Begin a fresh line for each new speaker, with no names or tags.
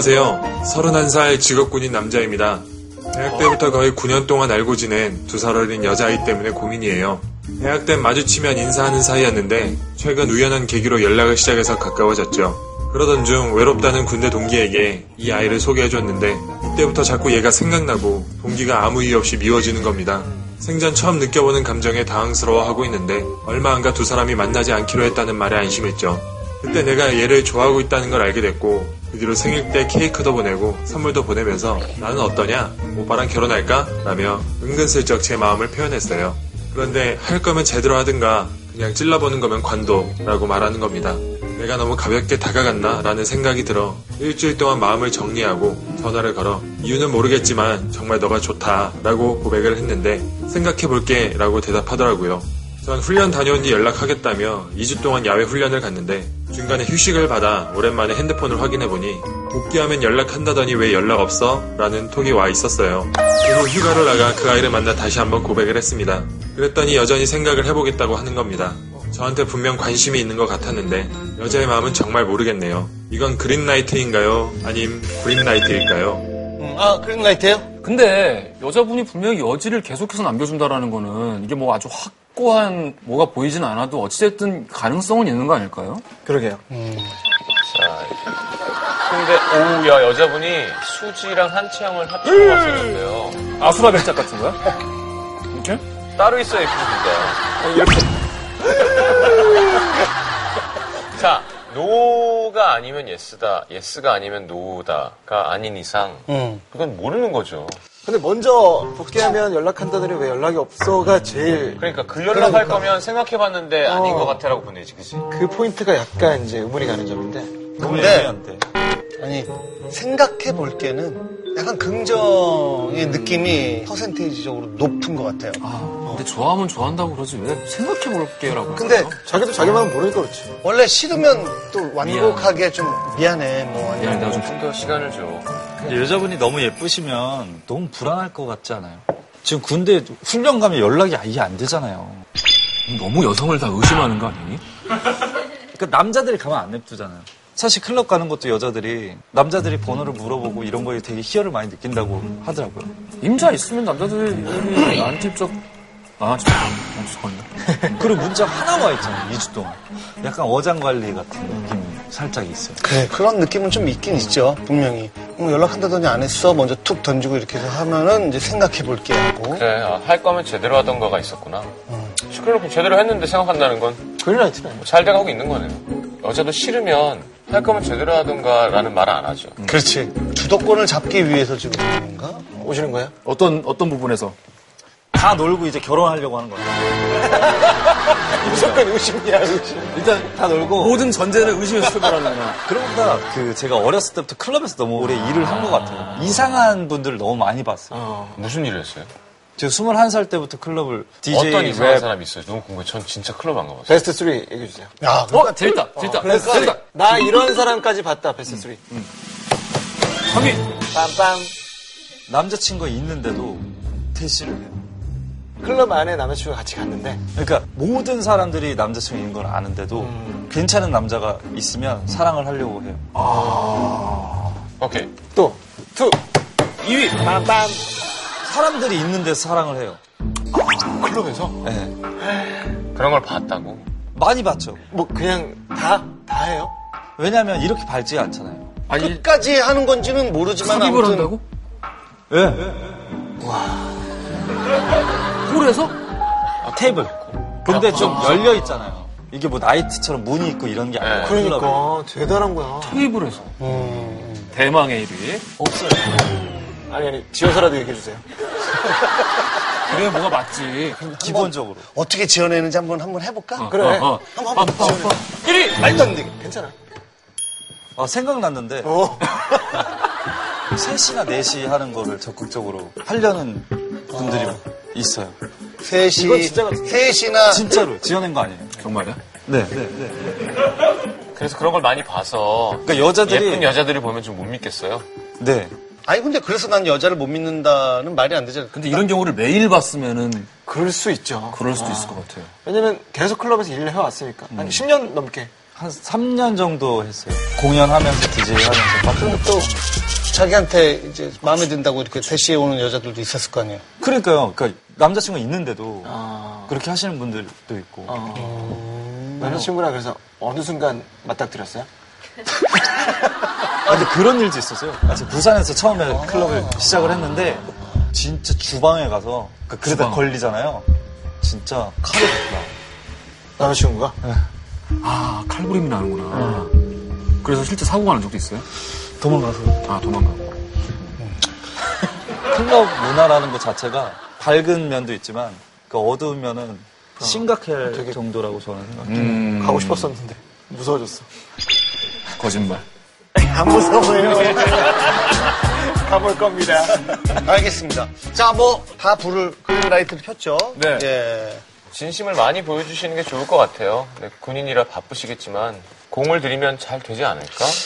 안녕하세요. 31살 직업군인 남자입니다. 대학 때부터 거의 9년 동안 알고 지낸 두 살 어린 여자아이 때문에 고민이에요. 대학 때 마주치면 인사하는 사이였는데 최근 우연한 계기로 연락을 시작해서 가까워졌죠. 그러던 중 외롭다는 군대 동기에게 이 아이를 소개해줬는데 이때부터 자꾸 얘가 생각나고 동기가 아무 이유 없이 미워지는 겁니다. 생전 처음 느껴보는 감정에 당황스러워하고 있는데 얼마 안가 두 사람이 만나지 않기로 했다는 말에 안심했죠. 그때 내가 얘를 좋아하고 있다는 걸 알게 됐고 그 뒤로 생일 때 케이크도 보내고 선물도 보내면서 나는 어떠냐 오빠랑 결혼할까 라며 은근슬쩍 제 마음을 표현했어요. 그런데 할 거면 제대로 하든가 그냥 찔러보는 거면 관둬라고 말하는 겁니다. 내가 너무 가볍게 다가갔나 라는 생각이 들어 일주일 동안 마음을 정리하고 전화를 걸어 이유는 모르겠지만 정말 너가 좋다 라고 고백을 했는데 생각해볼게 라고 대답하더라고요. 전 훈련 다녀온 뒤 연락하겠다며 2주 동안 야외 훈련을 갔는데 중간에 휴식을 받아 오랜만에 핸드폰을 확인해보니 복귀하면 연락한다더니 왜 연락 없어? 라는 톡이 와 있었어요. 그후 휴가를 나가 그 아이를 만나 다시 한번 고백을 했습니다. 그랬더니 여전히 생각을 해보겠다고 하는 겁니다. 저한테 분명 관심이 있는 것 같았는데 여자의 마음은 정말 모르겠네요. 이건 그린라이트인가요? 아님 구린라이트일까요?
음, 아, 그린라이트요?
근데 여자분이 분명히 여지를 계속해서 남겨준다라는 거는 이게 뭐 아주 확고한 뭐가 보이진 않아도 어찌됐든 가능성은 있는 거 아닐까요?
그러게요.
자, 아, 근데 오우야 여자분이 수지랑 한치향을 합친 것 같았는데요.
아수라 백작 같은 거야? 이렇게?
따로 있어요 에피소드가. 이렇게. 자, 노가 아니면 예스다, 예스가 아니면 노다가 아닌 이상
음.
그건 모르는 거죠.
근데 먼저 복귀하면 연락한다더니 왜 연락이 없어가 제일
그러니까 그 연락할
그러니까.
거면 생각해봤는데 아닌
어.
것 같아라고 보내지, 그지?
그 포인트가 약간 이제 의문이 가는 점인데.
근데
아니, 생각해 볼 때는 약간 긍정의 느낌이 퍼센테이지적으로 높은 것 음. 같아요.
아, 근데 좋아하면 좋아한다고 그러지 왜 생각해볼게라고.
근데
자기도 자기 마음 모르니까 그렇지.
원래 싫으면 또 완곡하게 좀 미안해 뭐
야,
아니면
내가 좀
좀 더 시간을 줘.
여자분이 너무 예쁘시면 너무 불안할 것 같지 않아요? 지금 군대 훈련 가면 연락이 아예 안 되잖아요.
너무 여성을 다 의심하는 거 아니니?
그러니까 남자들이 가만 안 냅두잖아요. 사실 클럽 가는 것도 여자들이 남자들이 번호를 물어보고 이런 거에 되게 희열을 많이 느낀다고 하더라고요.
임자 있으면 남자들이 안집적 아, 진짜 안집적네
그리고 문자 하나 와 있잖아요. 2주 동안. 약간 어장 관리 같은 느낌이 살짝 있어요.
그래
네, 그런 느낌은 좀 있긴 있죠, 분명히. 음, 연락한다더니 안 했어. 먼저 툭 던지고 이렇게 해서 하면은 이제 생각해 볼게 하고.
그래, 아, 할 거면 제대로 하던 거가 있었구나. 시끄럽고 제대로 했는데 생각한다는 건뭐 잘
음. 그린라이트는
돼가고 있는 거네요. 여자도 싫으면 할 거면 제대로 하던가라는 말을 안 하죠.
음.
그렇지
주도권을 잡기 위해서 지금 뭔가 오시는 거야?
어떤, 어떤 부분에서?
다 놀고 이제 결혼하려고 하는 거예요.
무조건 의심이야, 뭐- 의심.
일단 다 놀고
모든 전제를 의심해서 출발하는 거야.
그러다 그 제가 어렸을 때부터 클럽에서 너무 오래 일을 한 것 같아요. 이상한 분들을 너무 많이 봤어요.
무슨 일을 했어요?
제가 21살 때부터 클럽을 DJ
어떤 이상한
랩
사람이 있어요? 너무 궁금해. 전 진짜 클럽 안 가봤어요.
베스트 3 얘기해 주세요.
야
어, 재밌다, 재밌다.
베스트 3. 나 이런 사람까지 봤다, 베스트 3.
형이
빰빰.
남자친구가 있는데도 대시를 해요.
클럽 안에 남자친구가 같이 갔는데
그러니까 모든 사람들이 남자친구 있는 걸 아는데도
음.
괜찮은 남자가 있으면 사랑을 하려고 해요.
오케이.
또 투.
사람들이 있는데 사랑을 해요.
아,
클럽에서?
네.
그런 걸 봤다고.
많이 봤죠.
뭐 그냥 다 다예요?
왜냐하면 이렇게 밝지 않잖아요.
아니,
끝까지 하는 건지는 모르지만
삽입을
아무튼
한다고?
예.
홀에서?
아, 테이블.
아,
근데 좀 열려 있잖아요. 이게 뭐 나이트처럼 문이 있고 이런 게 아니고 클럽은
그러니까 대단한 거야.
테이블에서.
어,
대망의 1위.
없어요.
아니 아니 지어서라도 얘기해 주세요.
그래, 뭐가 맞지.
기본적으로.
어떻게 지어내는지 한번 한번 해볼까?
그래.
어,
한번 한번 지어내.
1위!
말도 안 되게 괜찮아
아, 생각났는데
어.
3시나 4시 하는 거를 적극적으로 하려는 분들이
아.
있어요.
이건
3시
진짜 같은데.
3시나
진짜로 지어낸 거 아니에요.
정말이야?
네. 네.
그래서 그런 걸 많이 봐서
그러니까 여자들이
예쁜 여자들이 보면 좀 못 믿겠어요.
네.
아니 근데 그래서 난 여자를 못 믿는다는 말이 안 되잖아
근데 이런 경우를 매일 봤으면은
그럴 수 있죠.
그럴 수도 있을 것 같아요.
왜냐면 계속 클럽에서 일을 해왔으니까
음.
한 10년 넘게.
한 3년 정도 했어요. 공연하면서 DJ 하면서 막
그럼 또 자기한테 이제 마음에 든다고 이렇게 대시해 오는 여자들도 있었을 거 아니에요.
그러니까요. 그러니까 남자친구 있는데도
아.
그렇게 하시는 분들도 있고.
남자친구랑 그래서 어느 순간 맞닥뜨렸어요?
아, 근데 그런 일도 있었어요. 아, 제가 부산에서 처음에 클럽을 시작을 했는데 진짜 주방에 가서 그러다
주방.
걸리잖아요. 진짜 칼을 나.
남자친구가?
아, 칼부림이 나는구나. 그래서 실제 사고가 난 적도 있어요?
도망가서
아, 도망가고.
클럽 문화라는 것 자체가 밝은 면도 있지만 그 어두운 면은 심각할 정도라고 저는 생각해요.
가고 싶었었는데 무서워졌어.
거짓말.
안 무서워요. 가볼 겁니다.
알겠습니다. 자, 뭐, 다 불을, 그 라이트를 켰죠?
네.
예.
진심을 많이 보여주시는 게 좋을 것 같아요. 네, 군인이라 바쁘시겠지만 공을 들이면 잘 되지 않을까?